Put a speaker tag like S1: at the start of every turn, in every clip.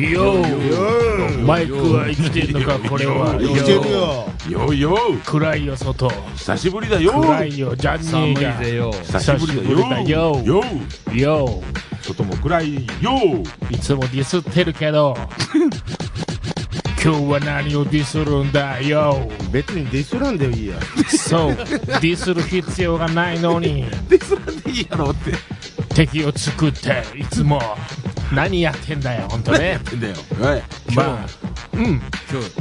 S1: よマイクは生きてんのかこれは
S2: 生きてるよ
S3: よよ
S1: 暗いよ外
S3: 久しぶりだよ
S1: 暗いよジャン
S4: 寒
S1: ニ
S4: い
S1: ーが
S4: ぜよ。
S3: 久しぶりだよ
S1: 久しぶりだよ
S3: よ
S1: よ
S3: 外も暗いよ
S1: いつもディスってるけど今日は何をディスるんだよ
S2: 別にディスらんでいいや
S1: そうディスる必要がないのに
S3: でそれでいいやろって
S1: 敵を作っていつも何やってんだよ本当ね
S3: んだよはい
S1: まあうん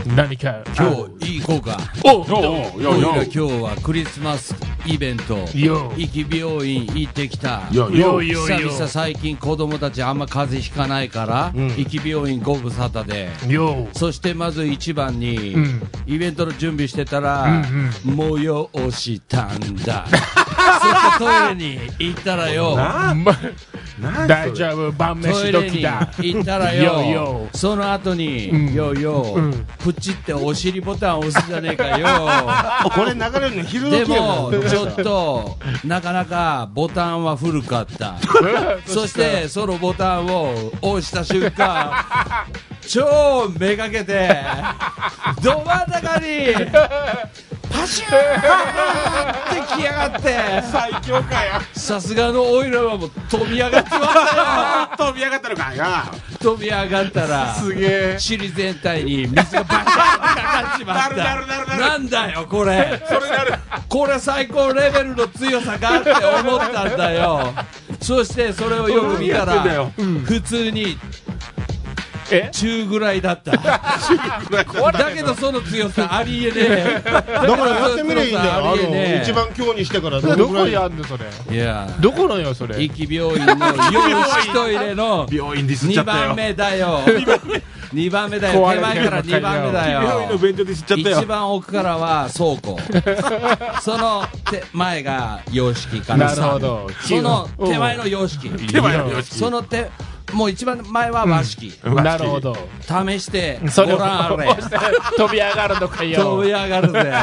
S4: 今
S1: 何か
S4: 日、今日、いい効果。
S1: おう
S3: よ
S4: と
S3: よ
S4: にか
S3: よ
S4: く今日はクリスマスイベント。
S1: よ
S4: 壱岐病院行ってきた。
S3: よ
S1: よ
S3: よ
S1: よ
S4: 久
S1: よ
S4: 々最近子供たちあんま風邪ひかないから、壱岐病院ご無沙汰で。
S1: よ
S4: そしてまず一番に、
S1: うん
S4: イベントの準備してたら、催したんだ。そしてトイレに行ったらよ。
S3: な
S1: ま
S3: な
S1: 大丈夫晩
S4: ト
S1: 飯
S4: イレ
S1: 時
S4: に
S1: だ
S4: 行ったら
S1: よ
S4: よ
S1: よ
S4: その後に、
S1: うん
S4: よよ、
S1: うん
S4: プチってお尻ボタン押すじゃねえか
S2: これ流れるの昼
S4: よで
S2: 時や
S4: も
S2: ん
S4: ちょっとなかなかボタンは古かったそしてそのボタンを押した瞬間超めがけてど真ん中にパシューンって来やがって
S3: 最強かよ
S4: さすがのおいらはもう飛び上がってましたよ
S3: 飛び上がったのかよ
S4: 飛び上がったら
S3: すげえ
S4: 尻全体に水がバシャンってかかっちま
S3: な
S4: った
S3: るなるなるなる
S4: なんだよこれ
S3: それなる
S4: これ最高レベルの強さかって思ったんだよそしてそれをよく見た
S3: 何やってんだ
S4: ら
S3: よ
S4: 普通に
S1: え
S4: 中ぐらいだっただけどその強さありえねえ
S2: だからやってみりゃいいんだよあ
S4: ありえね
S2: の
S4: え
S2: 一番今日にしてからど
S1: ど
S2: のぐ
S1: こ
S2: らい
S1: やんのそれ
S4: いや
S1: どこのよそれ
S4: 壱岐病院の洋式トイ レの
S3: 病院ディスっちゃ
S4: 2
S3: ったよ
S4: 番目 だよ2番目だよ
S1: 怖い
S4: 手
S1: ね
S4: 前から2番目だよ
S3: 病院の便所ディスっちゃったよ
S4: 一番奥からは倉 庫その手前が様式かな
S1: なるほど
S4: その手前の様式
S3: 手前の病室
S4: その手もう一番前は和式、
S1: なるほど
S4: 試して
S1: そ
S4: ご
S1: れを
S4: 覧あれ
S1: 飛び上がるのか
S4: 飛び
S1: よ
S4: 上がるぜ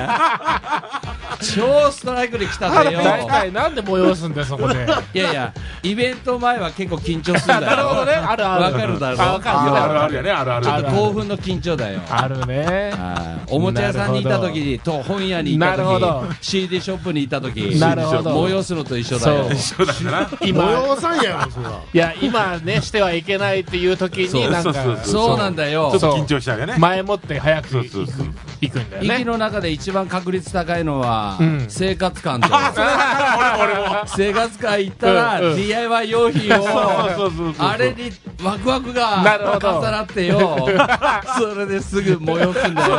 S4: 超ストライクで来たぜよ
S1: 大体なんで催すんだよそこ で
S4: いやいやイベント前は結構緊張するんだ
S1: な
S4: よ
S1: るほどねあるある
S4: わかるだろ
S1: あわかる
S3: あるあ
S4: る
S3: るやねあるある
S1: ある
S4: 興奮の緊張だよ
S1: あるね
S4: あーおもちゃ屋さんにいた時にと本屋にいた
S1: なるほど
S4: 時 CD ショップにいた時
S1: なるほど
S4: 催すのと一緒だよ
S1: そ
S3: そうだな
S1: 今
S2: 模様さんやろそら
S1: いや今ねしてはいけないっていう時
S4: そ
S1: に
S4: う
S1: なんか
S3: そうそう
S4: そうなんだよ
S3: ちょっと緊張したよね
S1: 前もって早く
S3: そう
S1: 行
S3: そう
S1: く
S3: そう
S1: 行くんだよ
S4: 息
S1: ね
S4: の中で一番確率高いのは、
S1: うん
S4: 生活感と
S3: 俺も俺も
S4: 生活感行ったら、
S1: うんうん
S4: DIY 用品を
S3: そうそうそうそう
S4: あれにワクワク
S1: なるほ
S4: が
S1: ど
S4: 重なってよそれですぐ催す んだよ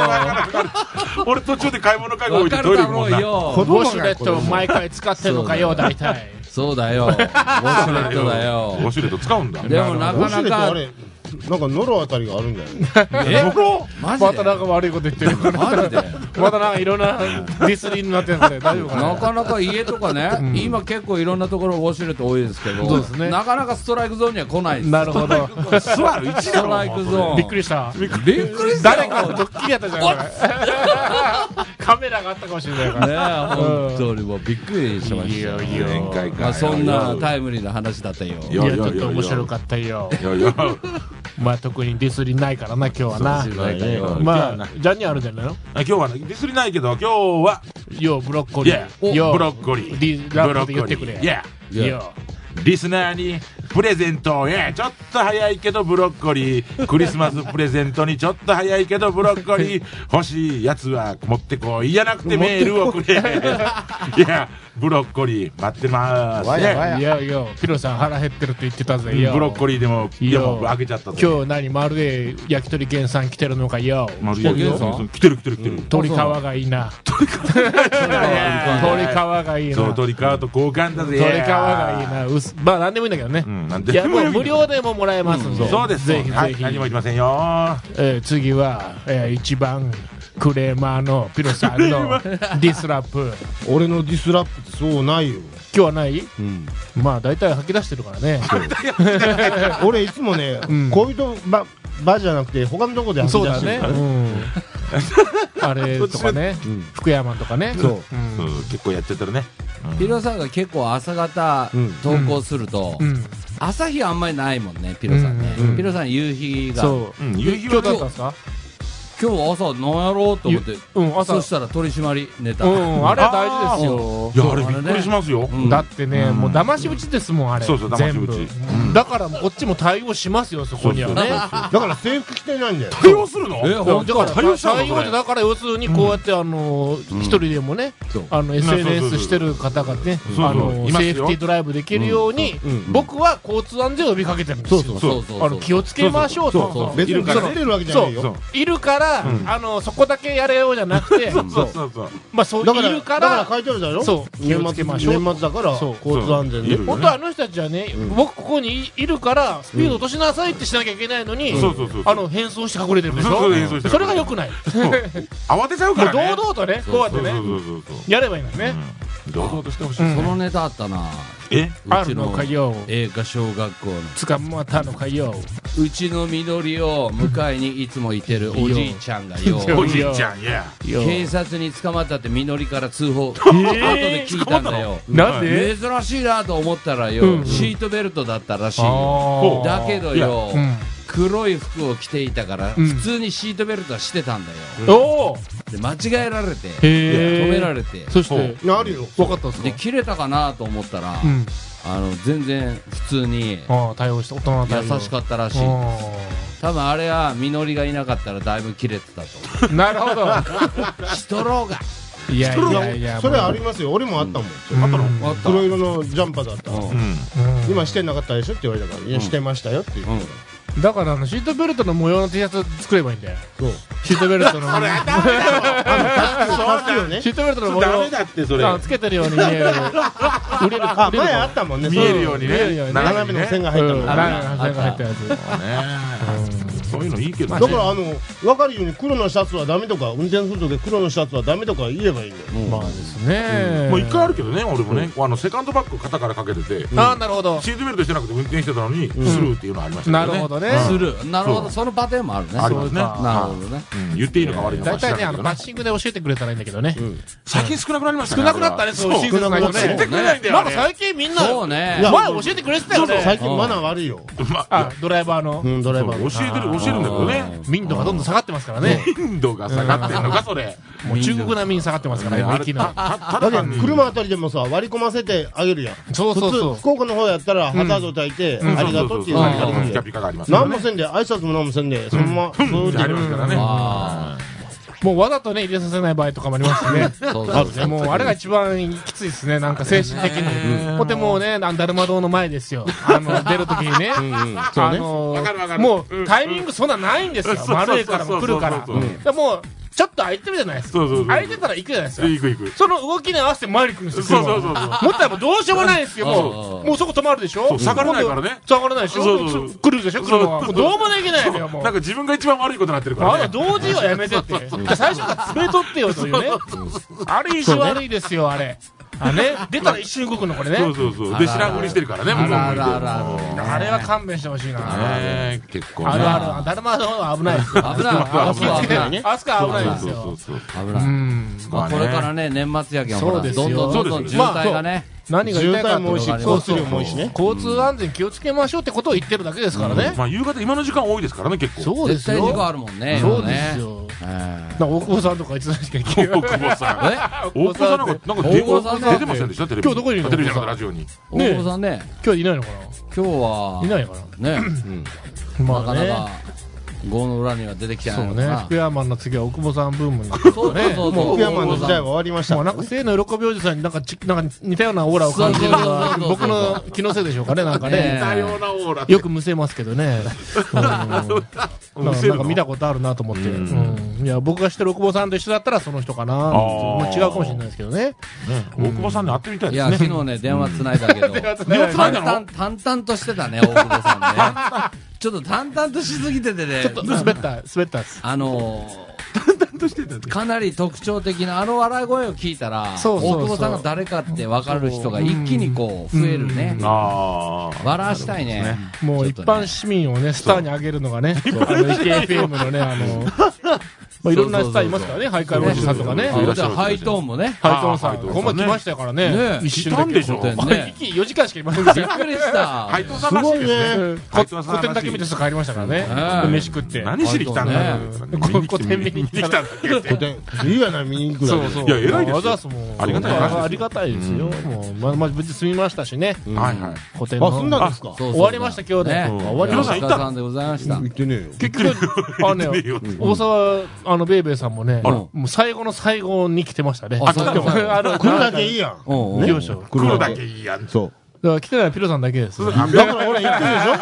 S3: 俺途中で買い物会合置
S4: わ
S3: いて
S4: か
S3: トイ
S4: る
S3: レ
S4: だ
S3: 行くも
S4: ろ
S3: んな
S4: う
S2: 子
S4: よ
S2: 供
S1: ウォ
S2: が
S1: シュレットを毎回使ってるのかよ
S4: そうだ
S1: 大体
S4: そうだよウォシュレットだよ
S3: ウォシュレット使うんだ
S4: でもな
S2: ウォシ
S4: か
S2: ュ
S4: な
S2: レットあ
S4: か
S2: れなんかノロあたりがあるんだよね
S4: えマジで
S1: またなんか悪いこと言ってる
S4: マジで
S1: またなんかいろんなディスリーになってるんで大丈夫か
S4: な
S1: な
S4: かなか家とかね、今結構いろんなところウォシュレット多いですけど
S1: そうですね
S4: なかなかストライクゾーンには来ないです
S1: なるほど
S3: 座る位置
S4: ス
S3: だ
S4: ト
S3: ろ
S4: ライクゾーン
S1: びっくりした
S4: びっくりした
S1: 誰かのドッキリやったじゃないこれカメラがあったかもしれないか
S4: ね
S1: ら
S4: え本当にもうびっくりしましたよ
S3: いいよ宴会か
S4: まあ、そんな
S3: よ
S4: タイムリーな話だったよ
S1: い
S3: よ
S1: やちょっと面白かったよ
S3: よよ
S1: まあ特にディスリーないからな今日はな
S4: ないかよ
S1: まあジャニーあるんじゃないの
S3: 今日はねディスりないけど今日は
S1: ようブロッコ
S3: い
S1: リ
S3: や
S1: ーよう
S3: ブロッコリ
S1: リ
S3: ー
S1: ラップで言ってくれ
S3: いや
S4: いや
S1: よ
S3: リスナーにプレゼントをえちょっと早いけどブロッコリークリスマスプレゼントにちょっと早いけどブロッコリー欲しいやつは持ってこいやなくてメールをくれいやブロッコリー待ってます
S2: わやわ
S1: う
S2: や
S1: いやようピロさん腹減ってるって言ってたぜよ
S3: ブロッコリーでもいやもう開けちゃった
S1: 今日何まるで焼き鳥源さん来てるのかよ
S3: 日来てる来てる 来てる
S1: 鳥皮がいいな鳥皮がいいな
S3: そう鳥
S1: 鳥
S3: 皮と交換だぜ
S1: 皮がいいな薄まあ何でもいいんだけどね
S3: うんなん
S1: い
S3: で
S1: やもう無料でももらえますんで
S3: そうです
S1: ぜひぜ
S3: はい
S1: ひ
S3: 何も言いませんよ
S1: えー次は、えー一番クレーマーのピロさんのディスラップ
S2: 俺のディスラップってそうないよ
S1: 今日はない、まあ大体吐き出してるからね
S2: 俺いつもね
S1: ん
S2: こういうとば場じゃなくて他のとこで
S1: そ
S2: 吐
S1: う
S2: き出
S1: だね、
S2: してるから
S1: うん、あれとか ね、福山とかね
S2: そう
S3: うん結構やっちゃってるね
S4: ヒロさんが結構朝方
S2: うん
S4: 投稿すると、
S1: うん
S4: 朝日あんまりないもんねピロさんね、
S1: うんうん
S4: ピロさん夕日が
S1: そうう。
S3: ん夕日
S1: 今
S3: は
S1: 日だったんですか
S4: 今日朝何やろうと思って
S1: ゆうん、朝。
S4: そしたら取り締まりネタ、
S1: うんうん、あれは大事です
S3: い
S1: よ。
S3: やあれびっくりしますよ、
S4: うん
S1: だってね、
S4: うん
S1: もう騙し討ちですもん、あれ。
S3: そうそう騙し討ち
S1: 全部
S3: うん
S1: だから、こっちも対応しますよ、そこには
S3: そう
S1: ね。
S2: だから制服着てないんだよ
S3: 対応するの
S4: え
S1: だ
S4: 本当
S1: から
S3: 対応したの
S1: 対応
S3: そ
S1: で
S3: れ
S1: だから要するにこうやってあの一人でもね
S4: そう
S1: あの
S3: そうそう
S1: SNS してる方がね
S3: そうそう
S1: あの
S3: いますよ
S1: セーフティードライブできるように
S2: うんうん
S1: 僕は交通安全を呼びかけてるんですよ
S2: そ
S4: そ
S2: う
S4: うそうそう
S1: あの気をつけましょう
S4: そう
S1: と
S4: そう
S2: 別に
S3: から
S2: 隠れるわけじゃない
S3: そう
S2: よ
S1: いるから
S3: うん
S1: あのそこだけやれようじゃなくて
S3: そうそうそう
S1: まあそう
S2: だから
S1: いるか
S2: だから
S1: ら
S2: 書いてあるだろ
S1: そう気を
S2: 年
S1: つけ
S2: 末
S1: ましょう
S2: 年末だから
S1: そう
S2: 交通安
S3: そ
S2: 全
S3: うい
S2: で
S3: る
S1: 本当はあの人たちはね
S2: うん
S1: 僕ここにいいるからスピード落としなさいってしなきゃいけないのに
S3: そうそうそう
S1: あの変装して隠れてるでし
S3: そうそう変装し
S1: ょ
S3: て
S1: それが良くない
S3: 慌てちゃう
S1: も
S3: から
S1: う
S3: ね
S1: 堂々とねこうやって
S3: そうそうそ
S1: ね
S3: うそう
S1: やればいいのにね
S3: うん堂々としてほしい、
S1: うん
S4: そのネタあったな
S3: え
S1: あ
S4: うち
S1: るの
S4: の
S1: かよ
S4: 映画小学校の
S1: 捕まったのかよ
S4: うちの緑を迎えにいつもいてるおじいちゃんがよ
S1: うん
S3: おじいちゃんいや
S1: よ
S4: 警察に捕まったって緑から通報、後で
S1: え
S4: 聞いたんだよ
S1: なぜ
S4: 珍しいなと思ったらよ、
S1: うん
S4: シートベルトだったらしいよ
S1: あー
S4: だけどよ、
S1: うん
S4: 黒い服を着ていたから、
S1: うん
S4: 普通にシートベルトはしてたんだよ、
S1: おお
S4: で間違えられて
S1: へえ
S4: 止められて
S1: そして
S2: いやあるよ
S1: 分かったんです
S4: で
S1: か
S4: 切れたかなと思ったら、
S1: うん
S4: あの全然普通に
S1: ああ対応した大人の対応
S4: 優しかったらしい
S1: あ
S4: 多分あれはみのりがいなかったらだいぶ切れてたと
S1: ーなるほど
S4: しとろうが
S1: いやいやい
S2: いや
S1: や
S2: それあ
S1: り
S2: りますよ俺もあったもん
S1: あった
S3: の
S4: あった
S2: 黒色のジャンパーだった
S4: うん
S3: うん
S2: 今してなかったでしょって言われたからいやしてましたよって言って
S1: だからあのシートベルトの模様の T シャツ作ればいいんだよ
S2: そう
S1: シートベルトの
S2: あの助けを ね
S1: シートベルトの模
S3: ダメ
S1: 様
S3: だってそれ
S1: あのつけてるように見える売れる
S2: あ
S1: 売れる
S2: 前あったもんね
S3: 見えるように
S1: 見える
S3: ね
S1: ようにね
S2: 斜めの線が入った
S1: うん
S2: の
S1: あ
S2: だ
S1: らなんか入ったやつ
S3: ねそういうのいいけど
S2: か
S3: ね
S2: らあの分かるように黒のシャツはダメとか運転する時黒のシャツはダメとか言えばいいんだよ
S4: うん
S1: まあですね
S3: もう一回あるけどね俺もねあのセカンドバッグ肩からかけてて
S1: ああなるほど
S3: シートベルトしてなくて運転してたのにスルーっていうのありました
S1: な
S3: け
S1: る
S3: どね
S1: ほどね
S4: するなるほ
S3: そ
S4: ど
S3: う
S4: そのパターンもあるね
S3: ありますね
S1: そうか
S4: なるほどね
S3: うん言っていいのか悪いのか
S1: 大
S3: 知ら
S1: 体
S3: ん
S1: ねあ
S3: け
S1: の
S3: ど
S1: バ
S3: ね
S1: ッシングで教えてくれたらいいんだけどね
S3: 最近少なくなりました
S1: 少なくなったねそういう
S3: 教
S1: 親切な人
S2: 少
S3: え
S2: な
S1: ね
S3: てくれないんだよ
S1: なん
S3: あ
S1: か
S3: れ
S1: 最近みんな
S4: そうね
S2: いや
S1: 前教えてくれてたよね
S2: 最近マナー悪いよ
S3: まあ
S1: あドライバーの
S2: うんドライバー
S3: 教え
S2: も
S3: てる教えるんだけどね
S1: 民度がどんどん下がってますからね
S3: 頻度が下がってんのかそれ
S1: もう中国並みに下がってますからね
S3: あれ
S1: 駅
S3: た
S1: の
S3: たただ
S2: だけど
S3: 単に
S2: 車あたりでもさ割り込ませてあげるやん
S1: そうそうそ
S2: 普
S1: う
S2: 通福岡の方やったらハザード焚いてありがとうっていう感じ
S3: ピカ
S2: ができるやん
S3: ピカがあります
S2: 何もせんで挨拶も何もせんでそのままスーッて
S3: ありますからね
S4: あ
S1: もうわざとね入れさせない場合とかもありますしね
S4: あそう
S1: あ
S4: そう
S1: るねもうあれが一番きついですねなんか精神的にとてもねあのだるま堂の前ですよあの出るときにね
S2: うんうんそう
S1: あ
S2: ね
S1: の
S3: わかるわかる
S1: も
S3: う
S1: うんタイミングそんなないんですよ
S3: うん
S1: 丸いからも来るから
S3: そうそうそうそう
S1: うんでもうちょっと空いてるじゃないですか
S3: そうそうそう
S1: 空いてたら行くじゃないですか
S3: 行く行く
S1: その動きに合わせて前に来るんですよ。
S3: そうそうそうそう
S1: 車は持ったらもうどうしようもないんですよ。
S4: うん
S1: も
S4: う
S1: う、
S4: ん
S1: もうそこ止まるでしょ
S3: そう下がらないからね
S1: 下がらないでしょ
S3: そうそうそう
S1: 来るでしょ車は。も
S3: そう
S1: うどうもできないのよ、もう。
S3: なんか自分が一番悪いことになってるか
S1: あ
S3: らね
S1: の同時はやめてって。最初から詰めとってよというね。あれ一緒悪いですよ、あれ。あね、出たら一瞬動くの、これね。
S3: そうそうそうで知らんふりしてるからね向こうも
S4: あらあらあ
S1: あれは勘弁してほしいな。
S3: ね結構ね
S1: あるある。だるまの方が危ないですよ。
S4: 危ない
S3: あ
S4: 危
S1: 気
S4: ない
S1: をつけ
S4: 危
S1: て
S4: な
S1: ね
S4: い
S1: あそこは危ないです
S3: そう
S1: よ。
S3: そうそう
S4: 危
S1: う
S4: ない
S1: ん。
S4: まあこれからね年末やけんほ
S1: そ
S4: ら
S1: うです
S4: ど
S1: よ
S4: んどんどんどん渋滞がね
S1: 何が言い
S2: 渋
S1: たいかって
S2: 滞も多いし
S4: わかりま
S2: 交
S4: す
S2: 通量も多いしね
S1: 交通安全気をつけましょうってことを言ってるだけですからね。
S3: まあ夕方今の時間多いですからね結構
S1: そうで
S4: 絶
S1: す
S4: 対
S1: よ。
S4: 事故あるもんね
S1: そうです
S4: 今ね
S1: よ。
S4: え
S1: なんか大久保さんとかいつの時に聞い
S3: 大
S1: てる
S3: 久保さん
S4: え
S3: 大久保さんなんかなんか電
S4: 大久保さん
S3: 話
S4: だ
S3: 出てませんでしたテレビ
S1: 今日どこにいるの
S3: テレビじゃなくてラジオに
S1: ねえ
S4: 大久保さんね
S1: 今日いないのか
S4: 今日
S1: ないな
S4: はい
S1: のか
S4: ね
S1: なま
S4: な
S1: あ
S4: かなか
S1: ね。
S4: 業の裏には出てきて
S1: そ
S4: ないうの
S1: ね
S4: かな。
S1: 福山の次は大久保さんブームになっ
S4: そうそうそうそう。
S2: 福山の時代は終わりました
S1: もうなんか生の喜びおじさんになんかちなんか似たようなオーラを感じるのは
S4: そうそうそう
S1: 僕
S4: そう
S1: の気のせいでしょうかねなんか
S4: ね
S1: ね
S4: え
S3: うなオーラ
S1: よくむせますけどねうんなんか
S3: むせる
S1: なん
S3: の
S1: か見たことあるなと思って
S3: うん
S1: うんいや僕が知ってる大久保さんと一緒だったらその人かな
S3: あー
S1: まあ違うかもしれないですけどね
S3: 大久保さんに会ってみたい
S4: い
S3: で
S4: や
S3: す、ね
S4: 昨日ね、電話つないだけど、
S3: つない
S4: 淡
S3: だの
S4: 々、淡々としてたね、大久保さんね。ちょっと淡々としすぎててね
S1: ちょっ、と滑った滑ったっす
S4: あの
S3: としてた
S4: ー、かなり特徴的なあの笑い声を聞いたら、大
S1: そうそうそう
S4: 久保さんが誰かって分かる人が一気にこう、
S1: うん
S4: 増えるね。
S3: ああ
S4: 笑わしたいね。
S1: もう
S4: ちょっ
S1: 一
S4: とね
S1: 般市民をね、スターに上げるのがね、あの、池 FM のね、あの、まあ、いろんなスターいますからね、徘徊文字さんとかね。
S4: あ
S1: ハ
S3: いら
S4: ま
S3: っしゃ
S4: た
S3: る
S4: ハイトーンもね。
S1: イトンさ
S3: あハ
S1: ん、
S3: イトンさん
S1: ここまで来ましたからね
S4: ね。
S3: 来
S1: 一瞬
S3: た
S1: だ
S3: ん
S1: け。
S3: でしょ
S4: 古典
S3: は
S1: まあ、
S4: ね。
S1: 息4時間しかいませんでした
S4: びっ
S1: よ。
S4: くりした。
S3: いとさんらしいですね。
S1: こ
S3: はいとさんらしい
S1: 古典だけ見てすぐ帰りましたからね
S4: う。ん
S1: 飯食って。
S3: 何しに来たんだ
S4: ハイ
S1: トンね
S3: 見に来て見に来たんだ っけって。
S2: でいいやな見に行くら
S1: そ
S2: いう
S1: そう。
S3: いや偉いですよ
S1: もうわざわざもう
S3: ありがたい話ですよ
S1: ありがたいですよ。もう、まあ、まあ、無事済みましたしね。
S3: はいはい。
S1: 古典の
S2: あそんなんですか
S4: そうそう
S1: 終わりました、今日で。
S4: ね
S1: うん終わりま
S3: 皆
S1: し
S3: さ
S1: た。
S3: ん行っ
S4: お疲れ
S3: た
S4: さんでございました
S2: 行。ってねえよ
S1: 結局、あの
S3: 見
S1: ね
S3: てねえ、よって
S1: 大沢、あの、ベイベーさんもね、
S4: あら
S1: もう最後の最後に来てましたね。
S4: あそうな
S1: で
S4: ん だ
S1: もあの、
S2: 来るだけいいやん
S4: うんうん
S1: よいしょ
S3: 黒だけいいやん。
S2: そう
S1: だから来てないのはピロさんだけです。
S3: あ
S2: だからほら言ってるでしょ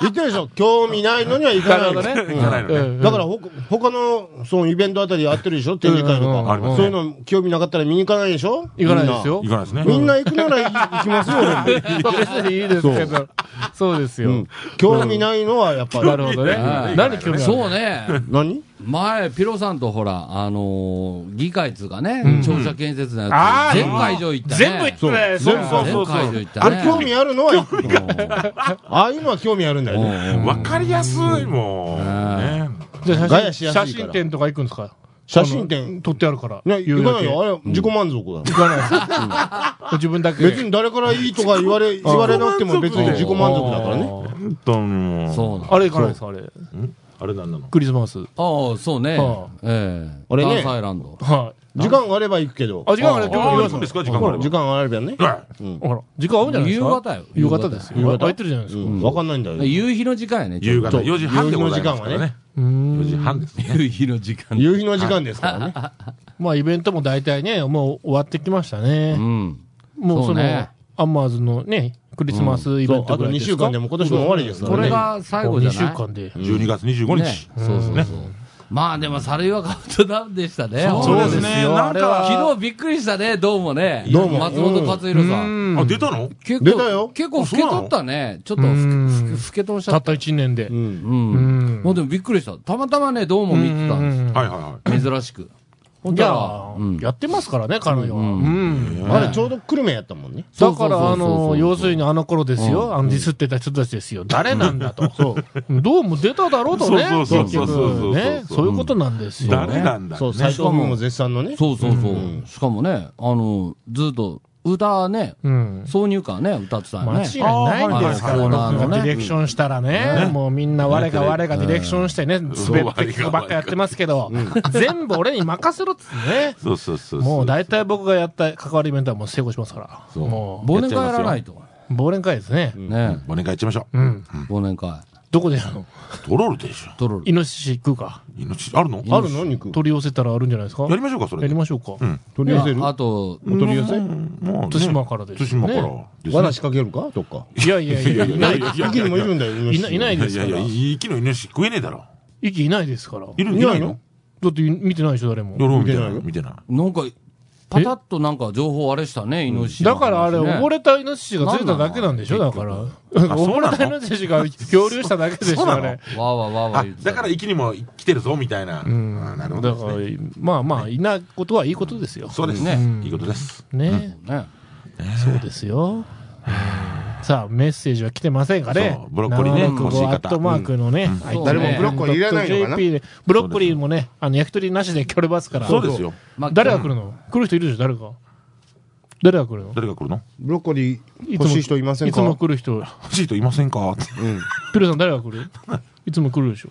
S2: 言ってるでしょ興味ないのには行か
S1: なる
S2: ない
S1: ほど
S2: の
S1: ね。
S3: 行かないのね。
S2: だからほか他のそのイベントあたりやってるでしょ展示会と
S1: うんうんうん
S3: ありま
S2: か
S3: す
S2: そういうの興味なかったら見に行かないでしょ
S1: 行かないですよ
S3: 行。かないですね。
S2: みんなみんな行くならい行きますよ俺も
S1: まあ別にいいですけど。そうです
S2: う
S1: よ
S2: ん。興味ないのはやっぱ
S1: な
S2: り
S1: るほどね
S4: は。い
S1: 何興味ある
S4: そうね。
S2: 何
S4: 前、ピロさんとほら、あのー、議会っつうかね、庁舎建設の
S1: あ
S4: や
S1: ー
S4: つ、全会場行ったね。
S1: 全部行ってない。
S2: そ
S1: そう
S2: う全部
S1: そう
S3: そう
S4: 全会場行った
S2: あれ
S4: ね。
S2: 興味あるのはああいうのは興味あるんだよね
S4: うんうん
S3: わかりやすいもん。ね
S1: じゃあ
S2: ガヤ
S1: 写真
S2: しやすいから
S1: 写真展とか行くんですか
S2: 写真展
S1: あの撮ってあるから。
S2: ね
S1: 言
S2: 行
S1: う
S2: か
S1: だ
S2: ない
S1: け
S2: よあれは自己満足だ
S1: 行かないです。自分だけ。
S2: 別に誰からいいとか言われ言われなくても別に自己満足だからね
S1: ね。
S3: 本当にもう。
S4: そうな
S1: あれ行かないです、あれ。
S3: あれなんなの
S1: クリスマス。
S4: の。ああ、そうね
S1: は。
S4: ええ。
S2: 俺ね
S4: ダンスアイランド。
S1: はい。
S2: 時間があれば行くけど
S1: あ、時間がね、
S4: あ
S1: 今日
S3: ああ、
S1: 行
S3: い
S1: き
S3: くん
S1: ま
S3: ですすか時間があれ
S2: 時間があればね
S3: ば。はい
S1: ほら、時間合うんじゃないですか
S4: 夕方よ
S1: 夕方ですよ。
S4: 夕
S1: 夕
S4: 方
S1: 方空いてるじゃないですか。
S2: 分かんないんだよね
S4: 夕日の時間やね。ちょ
S3: 夕
S4: うど
S3: 方4時半でございますからね。
S1: うーん
S3: 4時半ですね。
S4: 夕日の時間。
S2: 夕日の時間ですからね
S1: まあ、イベントも大体ね、もう終わってきました
S4: う
S1: ね。
S4: ん。
S1: もう
S4: そ
S1: そうの
S4: ね、
S1: アンマーズのね、クリスマスイ
S2: そ
S1: ベ
S2: う
S1: ント
S2: あ
S1: ぐ
S2: と
S1: らい
S2: 2
S1: ですか
S2: 週間でも今年も終わりですか
S4: こ
S2: ら
S4: れ
S2: ね
S4: が最後じゃ
S1: 2
S4: ない
S1: 週間で。
S3: 12月25
S4: ね
S3: 日。
S4: そうそう
S3: ね
S4: そう。まあでも、猿岩カウントダウンでしたね。
S1: そう
S4: 本当に
S1: ですね
S3: なん
S1: あれは
S3: か、
S4: 昨日びっくりしたね、どうもね。
S2: どうも
S4: 松本克弘さん。
S1: ん
S3: あ、出たの
S4: 結
S2: 出たよ
S4: 構、結構老けとったね。ちょっとふ
S1: うん
S4: ふふ、老けとしち
S1: た
S4: ゃ
S1: っ
S4: ったた。
S1: 1年で。
S2: う
S1: うん
S4: うん。
S1: ん
S4: もうでもびっくりした。たまたまね、どうも見てたん
S1: ん
S3: はいはいは
S4: です。珍しく。ほん
S1: い
S4: た
S1: や
S4: ら、うん。
S1: やってますからね、彼女は。
S4: うん
S1: うん
S2: あれちょうど久留米やったもんね
S1: だ
S4: そ
S1: か
S4: うそうそうそう
S1: ら、あの、要するにあの頃ですよ、あの、ディスってた人たちですよ、誰なんだと。どうも出ただろうとね、
S3: そうそうそうそう
S1: 結局ね
S3: そうそうそう
S1: そういうことなんです
S3: い。
S1: よ。
S3: 誰なんだ
S2: そう斎藤君も絶賛のね
S4: そうそうそう。しかもね、あの、ずっと、歌ね、
S1: うん。
S4: 挿入歌ね、歌ってたよ
S1: 間
S4: ね。
S1: 違いないんですから、
S4: あー
S1: 僕
S4: はい
S1: がディレクションしたらね、もうみんな我が我がディレクションしてね、滑って曲ばっかやってますけど、全部俺に任せろっつってね。
S3: そうそうそう。
S1: もう大体僕がやった関わりイベントはもう成功しますから。
S3: う
S1: も
S4: 忘年会やらないと。
S1: う、忘年会ですね。
S4: ね
S3: お願いしましょう。
S1: うん。
S4: 忘年会。
S1: どこでやるの
S3: トロールでしょ。
S4: 取る。
S1: イノシシ食うか。
S3: 命あるの
S2: あるの肉
S1: 取り寄せたらあるんじゃないですか
S3: やりましょうか、それで。
S1: やりましょうか。
S2: 取り寄せる
S4: あと、
S2: お取り寄せ
S3: もうね
S1: 対馬からです
S3: 対
S1: ね
S3: 馬からですね。
S2: 罠仕掛けるかどっか
S1: いやいやいや、いない。
S3: いや
S2: 一気にもいるんだよイノシシ
S1: いない
S3: い
S1: で
S3: や
S1: す
S3: い
S1: から
S3: やいや、生きの命食えねえだろ。
S1: 息いないですから。
S3: いる
S2: い
S3: い
S2: な
S3: ないい
S2: の
S3: の
S1: だって見てないでしょ、誰も。
S3: 夜も見て
S2: 見て
S3: な
S2: ない
S3: い
S2: よ
S3: 見てない。
S4: なんか、パタッとなんか情報あれしたね、イノシシの
S1: だ
S4: 話
S1: からあれ、
S4: ね
S1: 溺れたイノシシが釣れただけなんでしょ、だから。溺れたイノシシが漂流しただけでしょ、あれ。
S4: わーわーわーわー
S3: あ
S4: 言ってた
S3: だから生きにも来てるぞみたいな。あーなるほど
S1: だ
S3: です
S1: から
S3: ね。、
S1: まあまあ、いないことはいいことですよ。
S3: そうです
S4: ね
S3: ね。いいことです。
S1: ね。
S4: ね。
S1: そうですよ。さあ、メッセージは来てませんかね
S3: そ。うブロッコリーね欲しい方
S1: アットマークのね。
S4: そうね
S2: 誰もブロッコリーいらないのかな
S1: JP でブロッコリーもね、あの、焼き鳥なしで来れますから。
S3: そうですよ。
S4: まあ
S1: 誰が来るの来る人いるでしょ、誰か。誰が来るの
S3: 誰が来るの
S2: ブロッコリー
S1: いつも
S2: 欲しい人いません
S1: いつも
S2: か
S1: 来る人。
S3: 欲しい人いませんかって
S2: うん
S1: ピルさん誰 が来るいつも来るでしょ。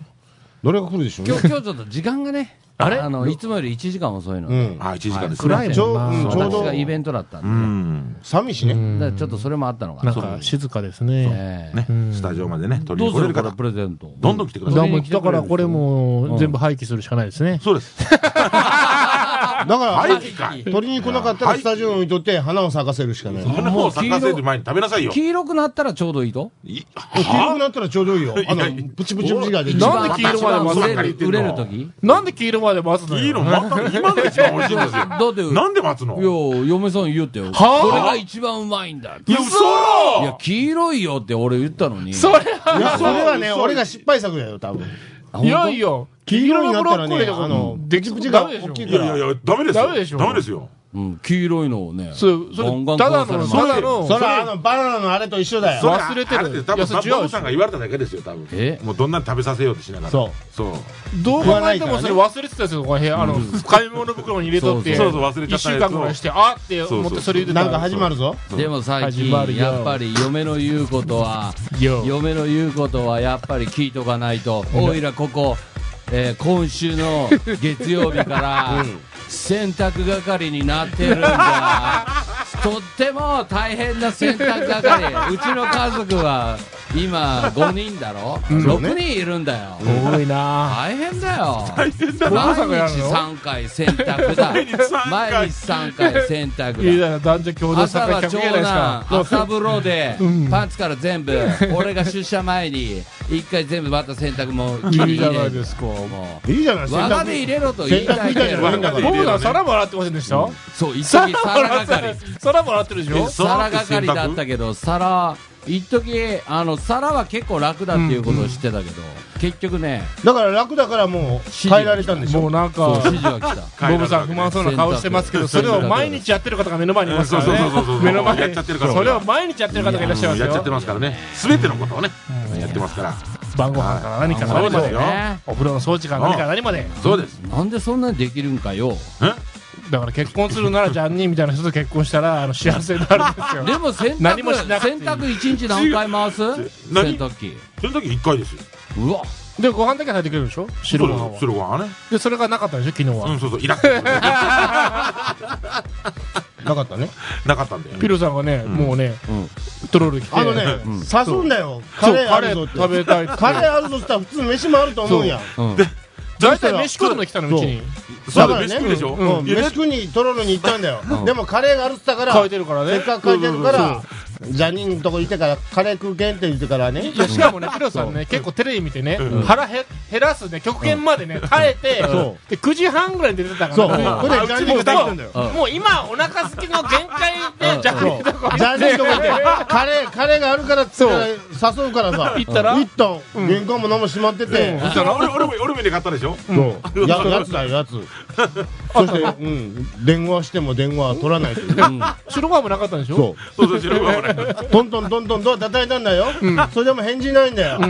S2: 誰が来るでしょう
S4: 今
S2: ね
S4: 日、今日ちょっと時間がね、
S1: あれ
S4: の、いつもより1時間遅いの
S2: う
S4: で、
S2: ん
S3: あ、1時間です
S1: 暗
S3: ね。
S1: い
S2: ちょ
S1: もんな
S2: うんちょうど
S4: 私がイベントだった
S3: うん
S4: で、
S3: ん。
S2: 寂しいね
S4: だからちょっとそれもあったのか
S1: な
S4: な。
S1: んか静かですね。
S4: ええ
S3: ね。スタジオまでね、取り
S4: どう
S3: に来
S4: す
S3: れ
S4: る
S3: る
S4: か
S3: 方
S4: ら、プ、レゼント。
S3: どんどん来てくだ
S1: だか
S3: さ
S1: ら
S3: い。
S1: もうだからこれもう全部廃棄するしかないですね。
S3: そうです。
S2: だから
S3: 廃棄かい。
S2: 取りに来なかったらスタジオに置いとって花を咲かせるしかない
S3: 花を咲かせる前に食べなさいよ。
S4: 黄色くなったらちょうどいいと
S3: い
S2: 黄色くなったらちょうどいいよあ
S3: いや
S2: の
S3: いや
S2: プチプチプチができる
S1: なんで黄色まで混
S4: 一
S1: ぜる
S4: 番売れる売れる時
S1: なんで黄色まで回すのよ
S3: いいのまた今の一番美味しいんですよ。
S4: だって、
S3: なんで待つの
S4: いや、嫁さん言った
S1: は
S4: よ。
S1: あ
S4: これが一番うまいんだ。
S3: いや、嘘
S4: いや、黄色いよって俺言ったのに。
S1: それはい
S2: やそれはね俺が失敗作だよ多分
S4: あ
S1: い
S4: 本当
S1: やいや、
S2: 黄
S1: 黄
S2: 色
S1: 色
S2: にな
S1: の
S2: っ
S1: ブ
S2: た
S1: ロッ
S2: らね
S1: コリーとか
S2: あの
S1: の、でき
S2: プチプチ
S1: 口
S2: が
S1: が
S2: 大きい
S3: いやいやいや、ダメですよ。
S1: ダメでしょ
S3: ダメですよ。
S4: うん、黄色いのをね、
S1: そうそれ
S4: ガンガン
S1: ただの
S4: 食わさ
S1: そうだ
S4: れます
S1: のそ
S2: そ
S1: れ
S2: ら、あの、バナナのあれと一緒だ
S3: そ
S2: よ。
S3: れ
S1: 忘れてる
S3: あれって多分
S1: いやそれ違う
S3: バボさんが言われただけですよ多分
S4: え
S3: もうどんなに食べさせようとしながら
S2: そう
S3: そう
S1: どう考えてもそれ忘れてたんですよ、この部屋。あの、買い物袋に入れとって、
S3: そうそう忘れちゃ
S1: 一
S3: ったやつ
S1: 週
S3: を
S1: 間ぐらいして、あーって思ってそれ言ってた
S2: なんか始まるぞ。
S4: でも最近
S1: 始まるよ
S4: やっぱり嫁の言うことは
S1: よ
S4: 嫁の言うことはやっぱり聞いとかないとおいらここ、えー今週の月曜日から洗濯係になってるんだとっても大変な洗濯係うちの家族は今5人だろ、6人いるんだよ、
S1: 多いな
S4: 大変だよ
S1: お父さんがやる
S4: 毎日
S1: の
S4: 3回洗濯だ
S3: 毎日三回
S4: 毎日3回洗濯
S1: い
S4: だ
S1: やだから男女共同
S4: 朝
S1: 参加
S4: は
S1: 客
S4: 長
S1: じゃないですか。
S4: 男朝風呂でパンツから全部俺が出社前に一回全部また洗濯も
S1: いいじゃないですすか。
S4: も
S2: いいじゃないう洗濯
S4: 罠で入れろと言いたい
S2: 洗濯板じ
S4: け
S2: ゃ
S4: ど
S2: ないんだか
S1: 僕
S3: ら
S1: ら皿も洗ってませんでした
S4: そう一時皿係
S1: 皿も洗ってるでしょ
S3: え
S4: 皿係だったけど皿一時あの皿は結構楽だっていうことを知ってたけど結局ね
S2: だから楽だからもう変えられたんでし
S1: も
S2: ょ
S1: うなん
S4: そう
S1: か、
S4: 指示が来た
S1: ボブさん不満そうな顔してますけど、それを毎日やってる方が目の前にいますから
S3: うんそうそうそうそう
S1: ね。目の前
S3: やっちゃってるから
S1: それを毎日やってる方がいらっしゃいます
S3: やっちゃって
S1: よ。
S3: ますからね全てのことをねやってますから
S1: 晩ご飯から何から
S3: そう
S1: 何ま
S3: です
S1: で
S3: よ。
S4: ね
S1: お風呂の掃除から何から何まで。
S3: そうです
S4: なんでそんなにできるんかよ
S1: だから結婚するならジャンニーみたいな人と結婚したら、あの、幸せになるんですよ。
S4: でも洗
S1: 何も
S4: 濯
S1: しなくてい
S4: 洗
S1: い
S4: 濯一日何回回す
S3: 何
S4: 洗濯機
S3: その時一回ですよ
S4: うわ
S1: で、ご飯だけ炊いてくれるでしょ白ご飯は。
S3: 白ご飯はね
S1: で、それがなかったでしょ昨日
S3: う
S1: は。
S3: んそうそういらっしゃる
S2: なかったね。
S3: なかったんだよ
S1: ピロさんがね、もうね、トロール来て。
S2: あのね、誘うんだよ。カレー
S1: カ
S2: あ
S1: レ
S2: るぞっ
S1: ー
S2: て。
S1: 食べたいって。
S2: カレーあるぞって言ったら普通飯もあると思うやん。
S4: うん
S1: 大体飯食うのに来たの、うちに。
S3: そうだ飯食うでしょ
S2: うん、
S3: いや
S2: 飯食いにとろろに行ったんだよ、でもカレーがあるっつったから
S1: 変えてるからね
S2: せっかく変えてるからジャニーのとこ行ってからカレー食うけんって言ってからね
S1: いやしかもね、ピロさんね、結構テレビ見てね、腹へ減らすね、極限までね、耐えて、
S2: そ
S1: で9時半ぐらいに出てたか
S2: そう
S1: ら
S2: これ
S1: ね、
S2: ジャニーが食べてんだよ
S1: もう今、お腹すきの限界で、ジャニーとこ
S2: ジャニーのとこ行ってカレーカレーがあるからっつったら誘うからさ
S1: 行ったら
S2: 行ったん玄関も何も閉まってて、
S3: だから俺俺も俺もで買ったでしょ
S2: そうややつだよやつそして、うん、電話しても電話は取らないという
S1: 白ご飯もなかったんでしょ
S2: そ
S3: そうそう白ご飯はね
S2: うトントントントンドア叩いたんだよ、それでも返事ないんだよ、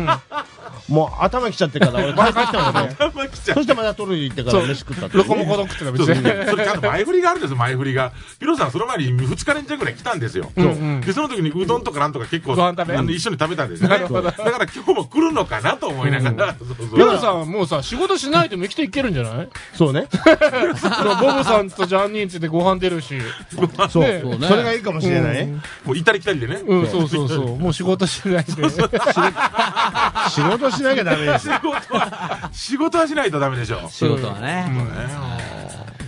S2: もう頭きちゃってから俺帰ってきたもんね
S3: 頭きちゃう
S2: そしてまた取りに行ってから飯食ったって
S1: ロコモコ丼食ってた、別
S3: そう
S1: に。
S3: それちゃんと前振りがあるんですよ前振りがピロさんその前に2日連チャンぐらい来たんですよでその時にうどんとかなんとか結構
S1: ご飯食べ
S3: あの一緒に食べたんですよねだから今日も来るのかなと思いながらそうそう
S1: ピロさんはもうさ、仕事しないでも生きていけるんじゃない
S2: そうね。
S1: そうボブさんとジャニーについてご飯出るし。
S2: そう。
S1: ね
S4: そうね
S2: それがいいかもしれないね。
S3: もう行ったり来たりでね
S1: うん、そうそうそう。もう仕事しないで。
S2: 仕事しなきゃダメです。
S3: 仕事は仕事はしないとダメでしょ
S4: 仕事はね、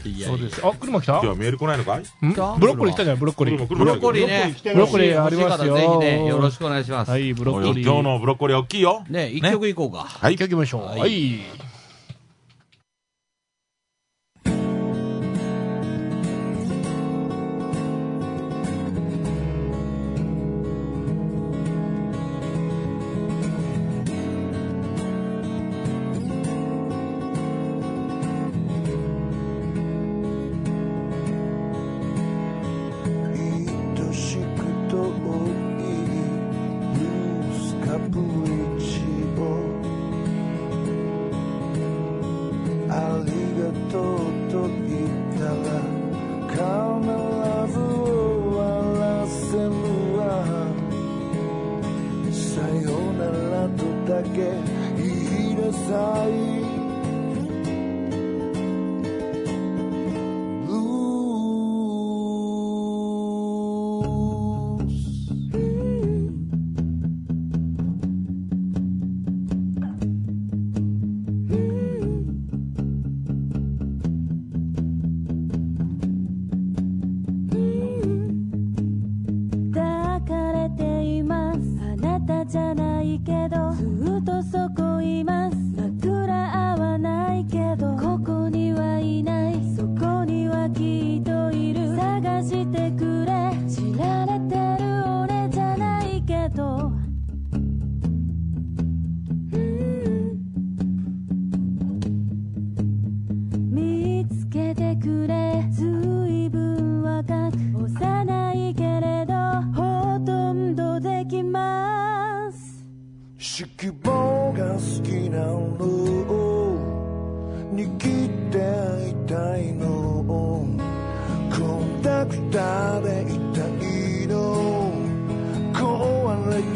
S3: ね
S4: いや
S1: そうです。あ、車来た
S3: 今日はメール来ないのかい
S1: んブロッコリー来たじゃん、ブロッコリー。
S3: ブ
S4: ブロッコリーね
S2: ブ
S1: ロッコリーありますよ
S4: 欲しい方ぜひねよろしくお願いします、
S1: はい、ブロ
S3: 今
S1: ッコ
S3: 日
S1: リー。
S3: のブロッコリー大きいよ
S4: ね一曲いこうか、
S1: はい、行きましょう。はい。
S5: 愛しく遠いブルースカプリッチを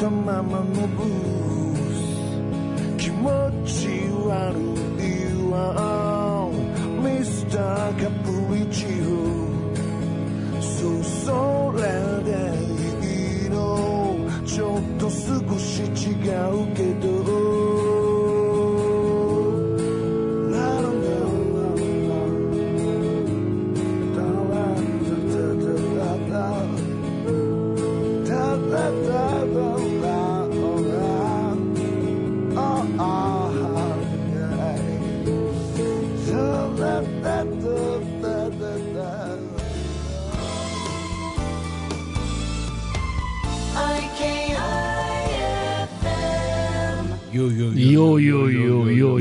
S5: たままのブース気持ち悪いわミスターカプリチオそうそれでいいのちょっと少し違うけどラララララララララララ
S4: よいよいよ
S1: よよよよ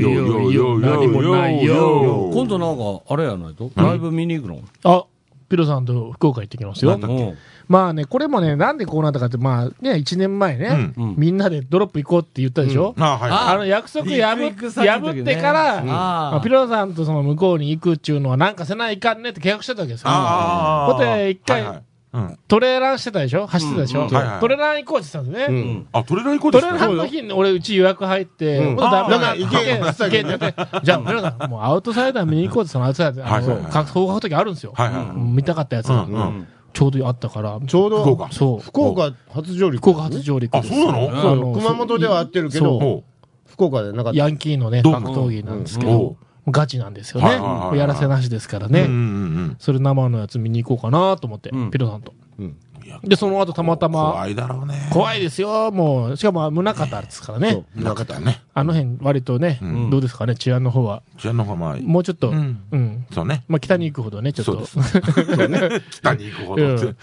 S1: よよ何もないよ。
S4: 今度なんかあれやないとライブ見に行くの
S1: あ、ピロさんと福岡行ってきますよ。
S4: うん
S1: まあね、これもね、なんでこうなったかって、まあね、1年前ね、
S3: うん
S1: みんなでドロップ行こうって言ったでしょ、
S3: あ、はい。
S4: あ
S1: あの約束
S4: リ
S1: 破
S4: クリク
S1: っ
S4: 詐欺の
S1: 破
S4: 時ね
S1: ってから、
S4: うん
S1: まあピロさんとその向こうに行くっていうのはなんかせないかんねって契約してたわけですよ。
S3: ああ。
S1: ほんで一回
S3: はいはいうん
S1: トレーランしてたでしょ走ってたでしょ、
S3: うんうんはいはい
S1: トレーラン行こうって言ってたんですね。
S4: うん
S3: あ、トレーラー行こうで
S1: ト
S3: す
S1: レ
S3: か
S1: ーランの日に俺うち予約入って、
S2: うん
S1: もうダメだ
S2: あー
S1: 行
S2: 行
S1: け
S2: け
S1: 行け行けってじゃあピロさんもうアウトサイダー見に行こうってそのアウトサイダーあ
S3: はい
S1: の
S3: はいはい
S1: 格闘家の時あるんですよ、
S3: はいは
S1: うん見たかったやつ
S3: い。う
S1: が、
S3: んうん。
S1: ちょうどあったから
S2: ちょうど
S3: 福岡。
S1: そう
S2: 福岡初上陸、
S1: 福岡初上陸
S3: あ、
S1: です
S3: そうなの
S1: そう
S2: あの熊本では合ってるけ
S1: そう
S2: ど、
S3: ほ
S2: 福岡でなかった。
S1: ヤンキーのね、
S3: どう
S1: 格闘技なんです
S3: う
S1: け
S3: ほ
S1: ど、ガチなんですよ
S3: はいはいはいは
S1: ね。
S3: い
S1: やらせなしですから
S3: う。うんうん
S1: ね。
S3: うん
S1: それ生のやつ見に行こうかなと思って
S4: う、ん
S1: ピロさんと
S2: うん。
S1: で、その後たまたま、
S3: 怖いだろうね。
S1: 怖いですよ、もう。しかも、宗方ですからね。
S2: そうなかった。
S3: ね。
S1: あの辺、割とね
S3: う、
S4: ん
S1: どうですかね、治安の方は。
S3: じゃあ、なんかまあ、
S1: もうちょっと、う
S3: うん
S1: ん。
S3: そうね。
S1: まあ、北に行くほどね、ちょっ
S3: そうで
S1: と。
S3: す。そうね 北に行くほ
S1: う
S3: どって
S1: ん。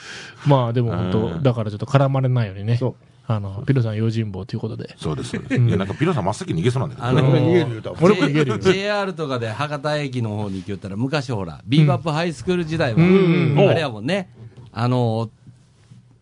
S1: まあ、でも本
S3: う
S1: 当
S3: ん
S1: だからちょっと絡まれないようにね
S2: そう。
S1: あの、ピロさん用心棒ということで。
S3: そうです。そうですいや、なんかピロさん真っ先に逃げそうなんだけ
S4: あ
S3: どね。
S4: の
S2: 俺逃げ
S4: ー
S2: るよ多分
S1: 俺も逃げるよ
S4: J- JR とかで博多駅の方に行きよったら昔ほらビーバップハイスクール時代は、
S1: ん
S4: あれやもんねあのー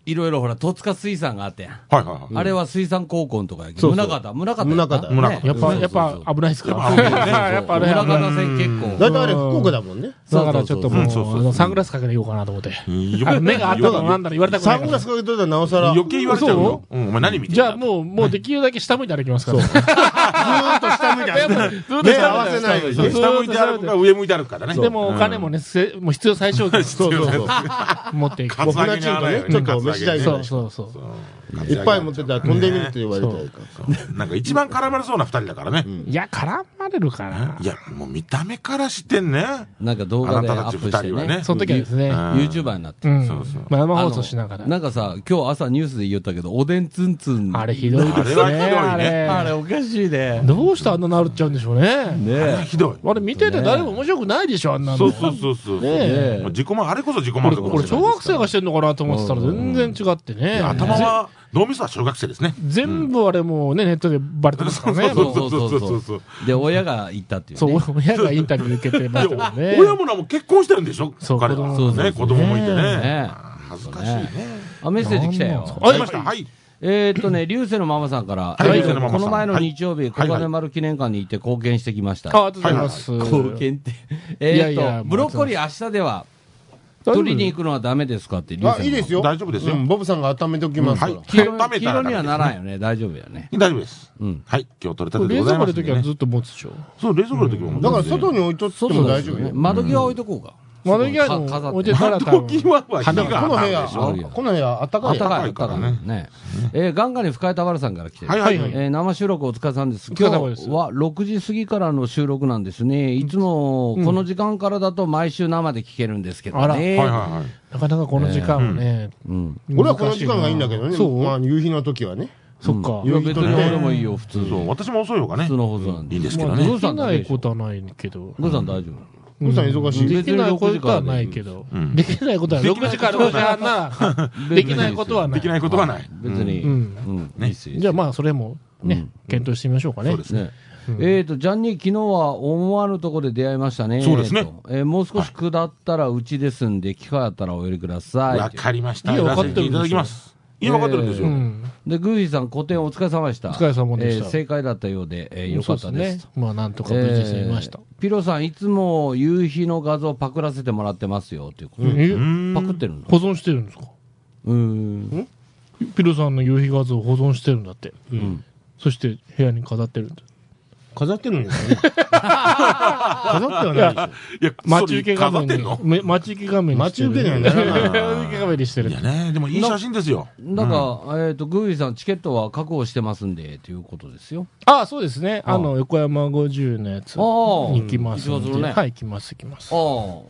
S4: いろいろほら戸塚水産があったやん
S3: はいはいはい。
S4: あれは水産高校のとかやけ
S2: そ
S4: ど、
S2: うそ
S4: 宗
S2: う
S4: 像、宗像
S2: 宗像
S3: 宗
S4: ね
S3: 像
S1: やっぱ、やっ
S4: そうそう
S1: ぱ
S4: そう
S1: 危ないですか
S3: やっぱ危ないね
S1: やっぱあれ
S4: 宗
S1: 危ない
S4: 像線結構
S2: だいたいあれ福岡だもんね。
S1: だからちょっとも
S3: そ
S1: う、
S3: うそうそううんそうそうそう
S1: あのサングラスかけていこうかなと思って。
S3: うん
S1: あの目があっただろなんだろ言われたくな
S2: サ
S1: いか
S2: ン
S1: ら
S2: グラス。かけといたらなおさら、ず
S3: 余計言われちゃうよ。うん、お前何見てん
S1: じゃあ
S3: だ
S1: もう、もうできるだけ下向いて歩きますから。ずー
S2: ーっと下向いて歩く。
S1: っ と
S2: 目
S1: 下
S2: 合わ
S1: 向い
S2: せ
S1: て
S2: ないよう
S1: そ
S2: に
S1: う。
S3: 下向いて歩くか上向いて歩くからね。
S1: でもお金もね、せもう必要最小限
S2: そうそうそう。
S1: 持っていく。
S3: カツアゲに合わないよね。
S2: ちょっと飯代
S1: そうそうそう。
S2: いっぱい持ってたら飛んでみるって言われたりか。
S3: なんか一番絡まれそうな二人だからね。。
S1: いや、絡まれるかない
S3: や、もう見た目からしてんね。
S4: なんか動
S3: あ
S4: 画で
S3: な
S4: ア
S3: たたち
S4: ップ
S3: 二
S4: して
S3: 人はね
S4: ね。
S1: その時はですね、
S3: うん
S4: YouTuber になって
S1: う
S4: る。
S1: ん
S3: そうそう。
S1: まあ生
S4: あ
S1: 放
S4: の
S1: 送しながら。
S4: なんかさ、今日朝ニュースで言ったけど、おでんつんつん。
S1: あれひどいですね。
S3: あれは
S1: あ
S3: ひどいね
S1: れ。
S4: あれおかしいね。
S1: どうしてあんななるっちゃうんでしょうね。
S4: ねえ。
S3: ひどい。
S1: あれ見てて誰も面白くないでしょ、あんなの。
S3: そうそうそうそう。
S1: ねえ
S4: ねえ
S3: もう自己満、あれこそ自己満
S1: これ、
S3: 足
S1: これ小学生がしてんのかなと思ってたら
S4: うん
S1: 全然違ってね。
S3: 頭は、脳みそは小学生ですね。
S1: 全部あれもうね、ネットでバレてますからね。
S3: そう
S1: もう
S3: そうそうそうそうそう
S4: で、親が行ったっていうね。
S1: そう、親がインタビュー受けてましたもんね。
S3: 親もなも結婚してるんでしょ
S1: そう
S3: 彼は。
S1: 子
S4: 供
S3: ね、子供もいてね。
S4: ね
S3: 恥ずかしいね。
S4: あ、メッセージ来た
S1: なんなんです
S4: よ
S1: か。
S3: あ、りました。はい。
S4: えーっとね、流星のママさんから、
S3: はい
S4: えー
S1: 流星
S3: のママさん
S4: この前の日曜日、
S3: はい
S4: 小金丸記念館に行って貢献してきました。
S1: あありがとうございます。
S4: 貢献って。え
S1: いや
S4: ー
S1: い
S4: っ
S1: や
S4: と、ブロッコリー明日では、取りに行くのはダメですかって、流
S2: あ、
S4: 星
S2: いいですよ。
S3: 大丈夫ですよ
S2: うんボブさんが温めておきますか
S3: は
S2: ら。
S3: い。
S4: 黄
S3: 温めた
S4: 色
S3: ら
S4: 黄色にはならん
S3: い。
S4: よね。大丈夫よね。
S3: 大丈夫です。
S4: うん。
S3: はい。今日取れた
S1: こ
S3: てで
S1: れ冷
S3: ござ
S1: 蔵
S3: いま
S1: 庫の
S3: すんで
S1: 時は
S3: ね。
S1: ずっと持つでしょ。
S3: そう、冷蔵庫の時も。
S2: だから外に置いとっても大丈夫よ。
S4: 窓際置いとこうか。
S1: 窓際に
S4: 飾って
S1: 置いてたら多
S3: 窓
S1: 分。
S3: 際は火
S2: だからこの部
S3: があ
S2: 屋
S3: るでしょ。
S4: でしょ、
S2: この部屋、あったか
S4: あっ
S2: い
S4: た
S2: よ。
S4: かい、あったかい。ね。えー、ガンガに深井田原さんから来てる。
S3: はいはいは
S1: はい
S3: い。
S4: えー生収録お疲れさんです。
S1: お疲
S4: 今
S1: れ様
S4: 日
S1: です
S4: は6時過ぎからの収録なんですね。いつもこの時間からだと毎週生で聞けるんですけど
S1: あらは
S4: ね。
S3: はいは
S1: なかなかこの時間はね。
S4: うん。
S2: 俺はこの時間がいいんだけどね。
S1: そう
S2: まあ、夕日の時はね。
S1: そっか
S4: い。や、別に俺もいいよ、普通
S3: いはい。そう、
S4: に。
S3: 私も遅い方がね
S4: 普通。の放送なん
S3: い
S4: で
S3: いん。ですけど
S1: まあ、
S3: ね。
S1: できないことはないけど。
S4: グーさん大丈夫。
S2: ボブさん忙しい。
S1: できないことはないけど。できないことは6時から5時半なら、 できないことはな
S3: でき
S1: い。
S3: ないことはない。
S4: 別に。
S1: う。
S4: うんん。
S3: ね
S4: いいっすよ
S1: じゃあまあ、それもね、検討してみましょうかね。
S3: そうですね。
S4: ねえー、とジャンニー、昨日は思わぬところで出会いましたね、
S3: そうですね
S4: えーとえーもう少し下ったらうちですんで、機会あったらお寄りください
S3: わかりました。
S1: いいよ
S3: やらせ
S1: 分かってるんですよ
S3: いただきます。今分かってるんです
S1: う
S3: よ。
S1: ん。
S4: で、グーフィーさん、個展お疲れ様でした。
S1: お疲れ様でした
S4: えー正解だったようで、えーよかったです。
S1: そうね。まあ、なんとか無事済みました
S4: え。ーピロさん、いつも夕日の画像パクらせてもらってますよということで、
S1: え
S3: うん
S4: パクってるんだ。
S1: 保存してるんですか
S4: うーん。
S1: ピルさんの夕日画像を保存してるんだって。
S2: ん
S1: そして部屋に飾ってるんだ。
S2: 飾ってるんですよね。飾ってはないでしょ。
S3: いや、
S1: 待ち受け画
S3: 飾
S1: 面
S3: って
S1: に
S3: んの。
S1: め待ち受け画面にしてる。
S2: 待ち受けにはなら
S3: ない
S1: 待ち受け画面にしてる
S3: いや。ね、でもいい写真ですよ。
S4: なんか、えっ、と、グーフィーさん、チケットは確保してますんで、ということですよ。
S1: ああ、そうですね。
S4: ああ
S1: あの、横山50のやつ。
S4: ああ
S1: 行きます
S4: 行き
S1: んで。
S4: ますよね
S1: はい、行きます、行きます
S4: ああ、。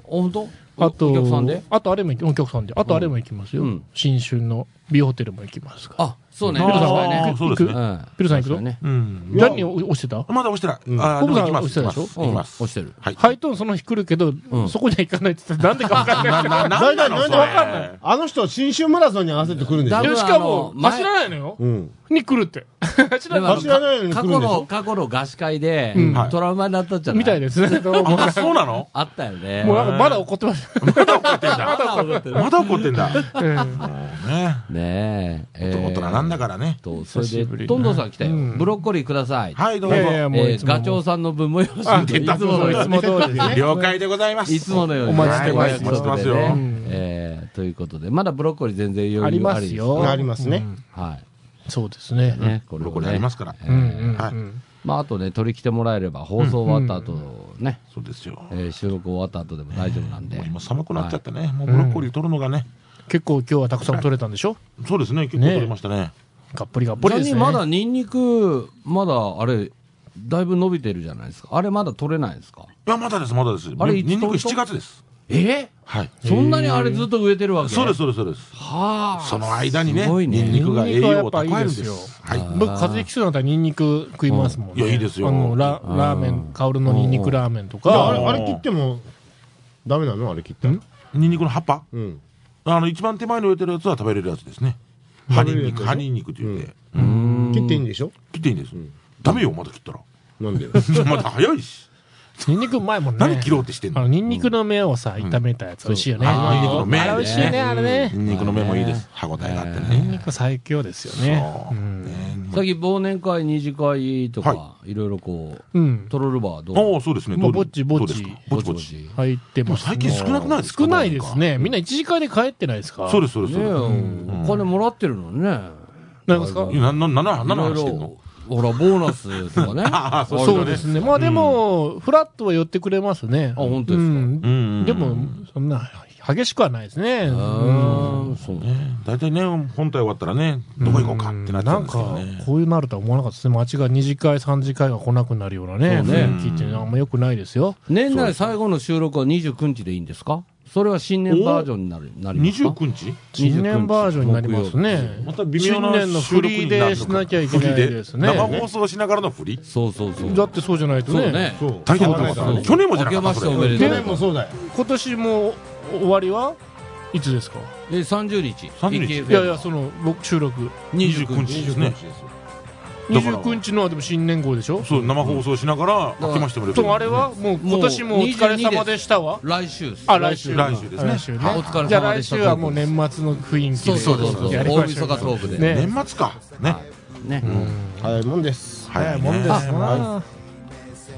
S4: 本当
S1: あと、
S4: お客さんで
S1: あとあれも行きお客さんで。あとあれも行きますよ。
S4: うん
S1: 新春の美ホテルも行きますから。
S4: あ、そうね。
S1: ピ
S4: ピ
S1: ル
S4: ロ
S1: さ
S4: さ
S1: んは
S4: んは
S1: ね
S4: ね。
S3: そうですね
S4: う。ん
S1: ピルさん行くぞ
S4: 確かにね。
S3: うん。
S1: 何に押してた
S3: まだ押してない。
S2: ん
S3: あー、でも行きま
S1: コブ
S3: す。
S1: さん
S3: 行
S1: 押
S3: きま
S1: してたでし
S3: す。
S4: ょ
S3: 行きます。
S4: うん押してる
S3: はい。
S1: ハイトーンその日来るけど、
S4: ん
S1: そこには行かないって言ってなんでかわ かんない。
S3: な、な、なん なのそれ。
S2: わかんない。あの人、新州マラソンに合わせてくるんです
S4: 多
S2: よ。
S4: 分
S1: でしかも
S4: あ、の前
S1: 走らないのよ
S2: う。ん。
S1: に来るって。走ら
S4: でも
S1: ない
S4: あの
S2: 走らないのに来
S4: 過
S2: るんでし
S4: 去
S2: ょ
S4: の、過去の合宿会で、
S1: うん
S3: はい
S4: トラウマになったんじゃない
S1: みたい ですね。どうも
S3: あ、そうなの
S4: あったよね。
S1: もうなんかまだ怒ってます。
S3: まだ怒ってんだ。
S4: だ怒ってる
S3: まだ怒ってんだ。も
S1: うん
S3: うね。
S4: ねえ。えー
S3: 大人なんだからね。
S4: と、
S1: 久
S4: それ
S1: しぶり
S4: で、
S1: に
S4: トンドさん来たよ。
S1: うん
S4: ブロッコリーください。
S3: はい、どう
S1: いやいや
S3: ぞ。
S1: もう
S4: え
S1: い
S4: ー
S1: つも
S4: ガチョウさんの分もよろし
S1: あ
S4: いで、いつもの
S1: いつも通りですね。
S3: 了解でございます。
S4: いつものように
S1: お待ちしてます
S4: はいということ
S3: お待ち
S4: で
S3: してますよ
S1: うん
S4: えーということで、まだブロッコリー全然余裕
S1: ありま
S4: ですす
S1: よ。
S2: ありますね
S1: うん
S4: は
S1: そうですね
S4: い。。ね、こ
S3: ブ
S4: れ
S3: ロッ
S4: を
S3: コリーあ
S4: ね
S3: りま。すから。
S1: うんうん
S3: はい
S1: うん
S4: まあ、あとね、取り来てもらえれば、放送終わった後、ね、
S3: そうですよ。も
S4: えー収録終わった後でも大丈夫なんで
S3: う。今寒くなっちゃってね。もうブロッコリー取るのがね。
S1: 結構今日はたくさん取れたんでしょ
S3: そうですね。結構取れましたね。
S1: がっぽりがっぽりですね。
S4: 残念まだニンニク、まだあれ、だいぶ伸びてるじゃないですか。あれまだ取れないですか
S3: いや、まだです、まだです。
S4: あれ
S3: にニンニク
S4: いつ取
S3: 7
S4: る
S3: 月です。
S4: え
S3: はい。
S4: そんなにあれずっと植えてるわけ
S3: そうです、。そうです、そうです。
S4: はあ。
S3: その間にね、
S4: すごい
S3: ニンニ
S4: ね。
S3: クが栄養を蓄えるんで
S1: ニンニクはやっ
S3: す。はい。
S1: 僕、風邪ひきそうになったらニンニク食いますもんね。
S3: うんいやいいですよ
S1: あの、ララーメン、香るのニンニクラーメンと
S2: いやあ
S1: か。
S2: れ、あれ切っても、ダメなのあれ切ったら。
S3: ニンニクの葉っぱ
S2: うん。
S3: あの、一番手前に植えてるやつは食べれるやつですね。葉ニンニク、葉ニンニクって言って。
S2: 切っていいんでしょ
S3: 切っていいんです。ダメよ、まだ切ったら。
S2: なんで
S3: まだ早いし。
S1: ニンニクうまいもんね。
S3: 何切ろうってしてん
S1: あ
S3: の
S1: の、ニンニクの芽をさ、炒めたやつ美味しいよね。
S3: あーニンニクの芽
S1: あれ美味しいね、あれね。
S3: ニンニクの芽もいいです。歯応えがあって
S1: ニン
S3: ね。
S1: ニク最強ですよね。
S3: そうね
S4: さっき忘年会、二次会とか
S3: は、
S4: いろいろこう、
S1: うん。
S4: トロルバーどう
S3: おおそうですね。
S1: まあ
S3: どうです
S1: ぼ
S3: ど
S1: ちぼち
S3: うですかぼちぼち。
S4: ね
S1: 入っ
S3: で
S1: て
S3: も
S1: ます。
S3: 最近少なくないですか
S1: 少ないです。ね。みんな一時間で帰ってないですか
S3: そうです、そうです。
S4: え、
S3: そうです
S4: お金もらってるのにね。
S1: なんですか
S3: いや、な、な、な、な、
S4: い
S3: な
S4: ろい
S3: 話してんの
S4: ろ、ほら、ボーナスとかね。
S3: ああ、そう
S1: そうですね。まあでも、フラットは寄ってくれますね。
S4: あ本当
S1: う
S4: ですか
S1: ん
S3: うんうんうん
S1: でも、そんな、激しくはないですね。
S4: うーん、そうね。
S3: ね大体ね、本体終わったらね、どこ行こうかってなっちゃ
S1: な
S3: うん
S1: ん
S3: ですけど
S1: か
S3: ね。、
S1: こういうなるとは思わなかったですね。街が2次会、3次会が来なくなるようなね、
S4: そうね
S1: 雰囲気っていうのはあんま良くないですよ。
S4: 年内最後の収録は29日でいいんですかそれは新年バージョンになる、なりますか
S3: 29日
S1: 新年バージョンになりますね。
S3: また微妙な
S1: 新年の
S3: 収
S1: フ
S3: 録
S1: リー
S3: にな
S1: で
S3: る
S1: し
S3: のか
S1: なきゃいけないですね。
S3: 生放送しながらの振り
S4: そうそうそう。
S1: だってそうじゃないと
S4: そう
S1: ね
S4: ね。。
S2: そう。
S3: 大変なことだね去年もじゃなかった
S4: 明けましてお
S3: そ
S4: め
S3: れ
S4: でと
S2: 去年
S4: う。
S2: もそうだよ。
S1: 今年も終わりはいつですか
S4: で、30日。
S3: 30日
S4: EKFM
S1: いやいや、その、僕、収録。
S4: 29
S3: 29
S4: 日。
S3: 日ですねだから
S1: 29日のはでも新年号でしょ
S3: そう生放送しながら明けましておめでとう
S1: とあれはもう今年もお疲れ様でしたわ。
S4: 来週です。
S1: あ、来週。
S3: 来週ですね
S1: 来週ね。
S4: あお疲れ様でした
S1: じゃあ来週はもう年末の雰囲気
S4: そ
S1: で。
S4: うそうそうそう。
S1: や
S4: 大
S1: りましょ
S4: 晦
S1: う
S4: 日トークで。
S1: ね。
S3: 年末かね
S4: ね。
S2: 早いもんです。
S3: 早いね
S1: もんですな
S3: は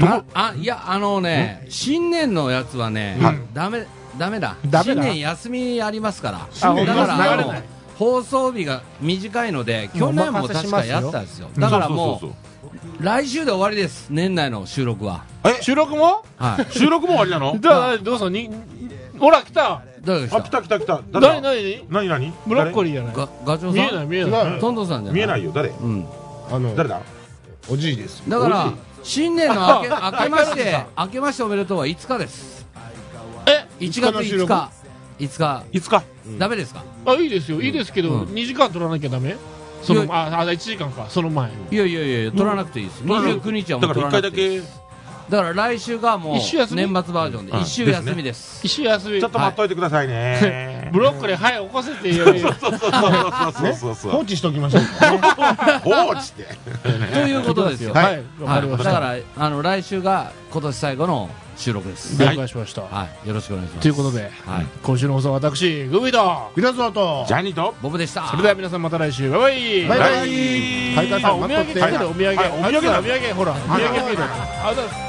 S4: ああ、いや、あのね、新年のやつはね、ダメ、ダメだ。
S1: ダメだ
S4: 新年休みありますから。
S1: あほんと
S4: だから、あ
S1: 流れ
S4: の
S1: ない
S4: 放送日が短いので、去年も確かやったんですよ。
S3: い
S4: だからも
S3: そうそう
S4: う、来週で終わりです。年内の収録は。
S1: い収録も
S4: はい。
S3: そう収録も終わりなの
S1: じゃあどうぞに、ほら来た
S4: 誰が
S3: あ
S4: 来
S3: 来
S4: た
S3: た来た来た誰
S1: 誰
S3: だ何
S1: 何
S3: 何
S1: ブロッコ
S3: リ
S1: リーじゃない
S4: ガガチョウ
S1: 見えな
S4: さ
S1: い
S4: ん
S1: 見えない。
S2: な
S4: トントンさんじゃない
S3: 見えないよ誰
S4: うん。
S2: あの、
S3: 誰だ
S2: おじいです。
S4: だから、新年の 明け明けまして、明けましておめでとうは5日です。
S1: え
S4: 1月
S2: 日の収
S4: 5
S2: 録
S4: 日。5日。
S3: いつか
S4: ダメですか
S1: あ、いいですよ。いいですけ
S4: う
S1: ど、
S4: ん
S1: 2時間取らなきゃダメそ
S4: い
S1: の、あ、あ1時間か。その前。
S4: いやいやいや、取らなくていいです。29日はも
S3: だ
S4: う
S3: から一回
S4: 取らなく
S3: だ
S4: ていい
S3: け
S4: です。
S3: ち
S4: だから来週がもう、
S1: 一週
S4: 年
S1: 休
S4: 末
S1: み
S4: バージョンで、
S3: うん
S4: 1週休みです。
S1: 一週休み
S3: ょっ。と待っといてくださいね
S1: ブロッコリー、はい、起こせって言えよ
S3: そうそうそうそうそうそう
S2: 放置しときましょう。
S3: 放置って
S4: ということですよ。
S1: は
S4: はい
S1: い、わかり
S4: だ
S1: まし
S4: か
S1: た。
S4: ら、あの、来週が今年最後の収録です。
S1: 了解しました。
S4: はい。よろしくお願いします。
S1: ということで、
S4: はい。
S1: 今週の放送は私、グビド
S2: グラスワと
S3: ジ、ャニーと
S4: ボブでした。
S1: それでは皆さんまた来週。バイバイ
S2: バイバイ
S3: イ
S2: 大会さ
S1: あ
S2: ん
S1: お土
S2: 待っ
S1: 産
S2: とっ
S1: 来
S2: て
S1: てるお土産
S3: はいはいお土産だ
S1: あお土産ほらお土産来てるありがとうございます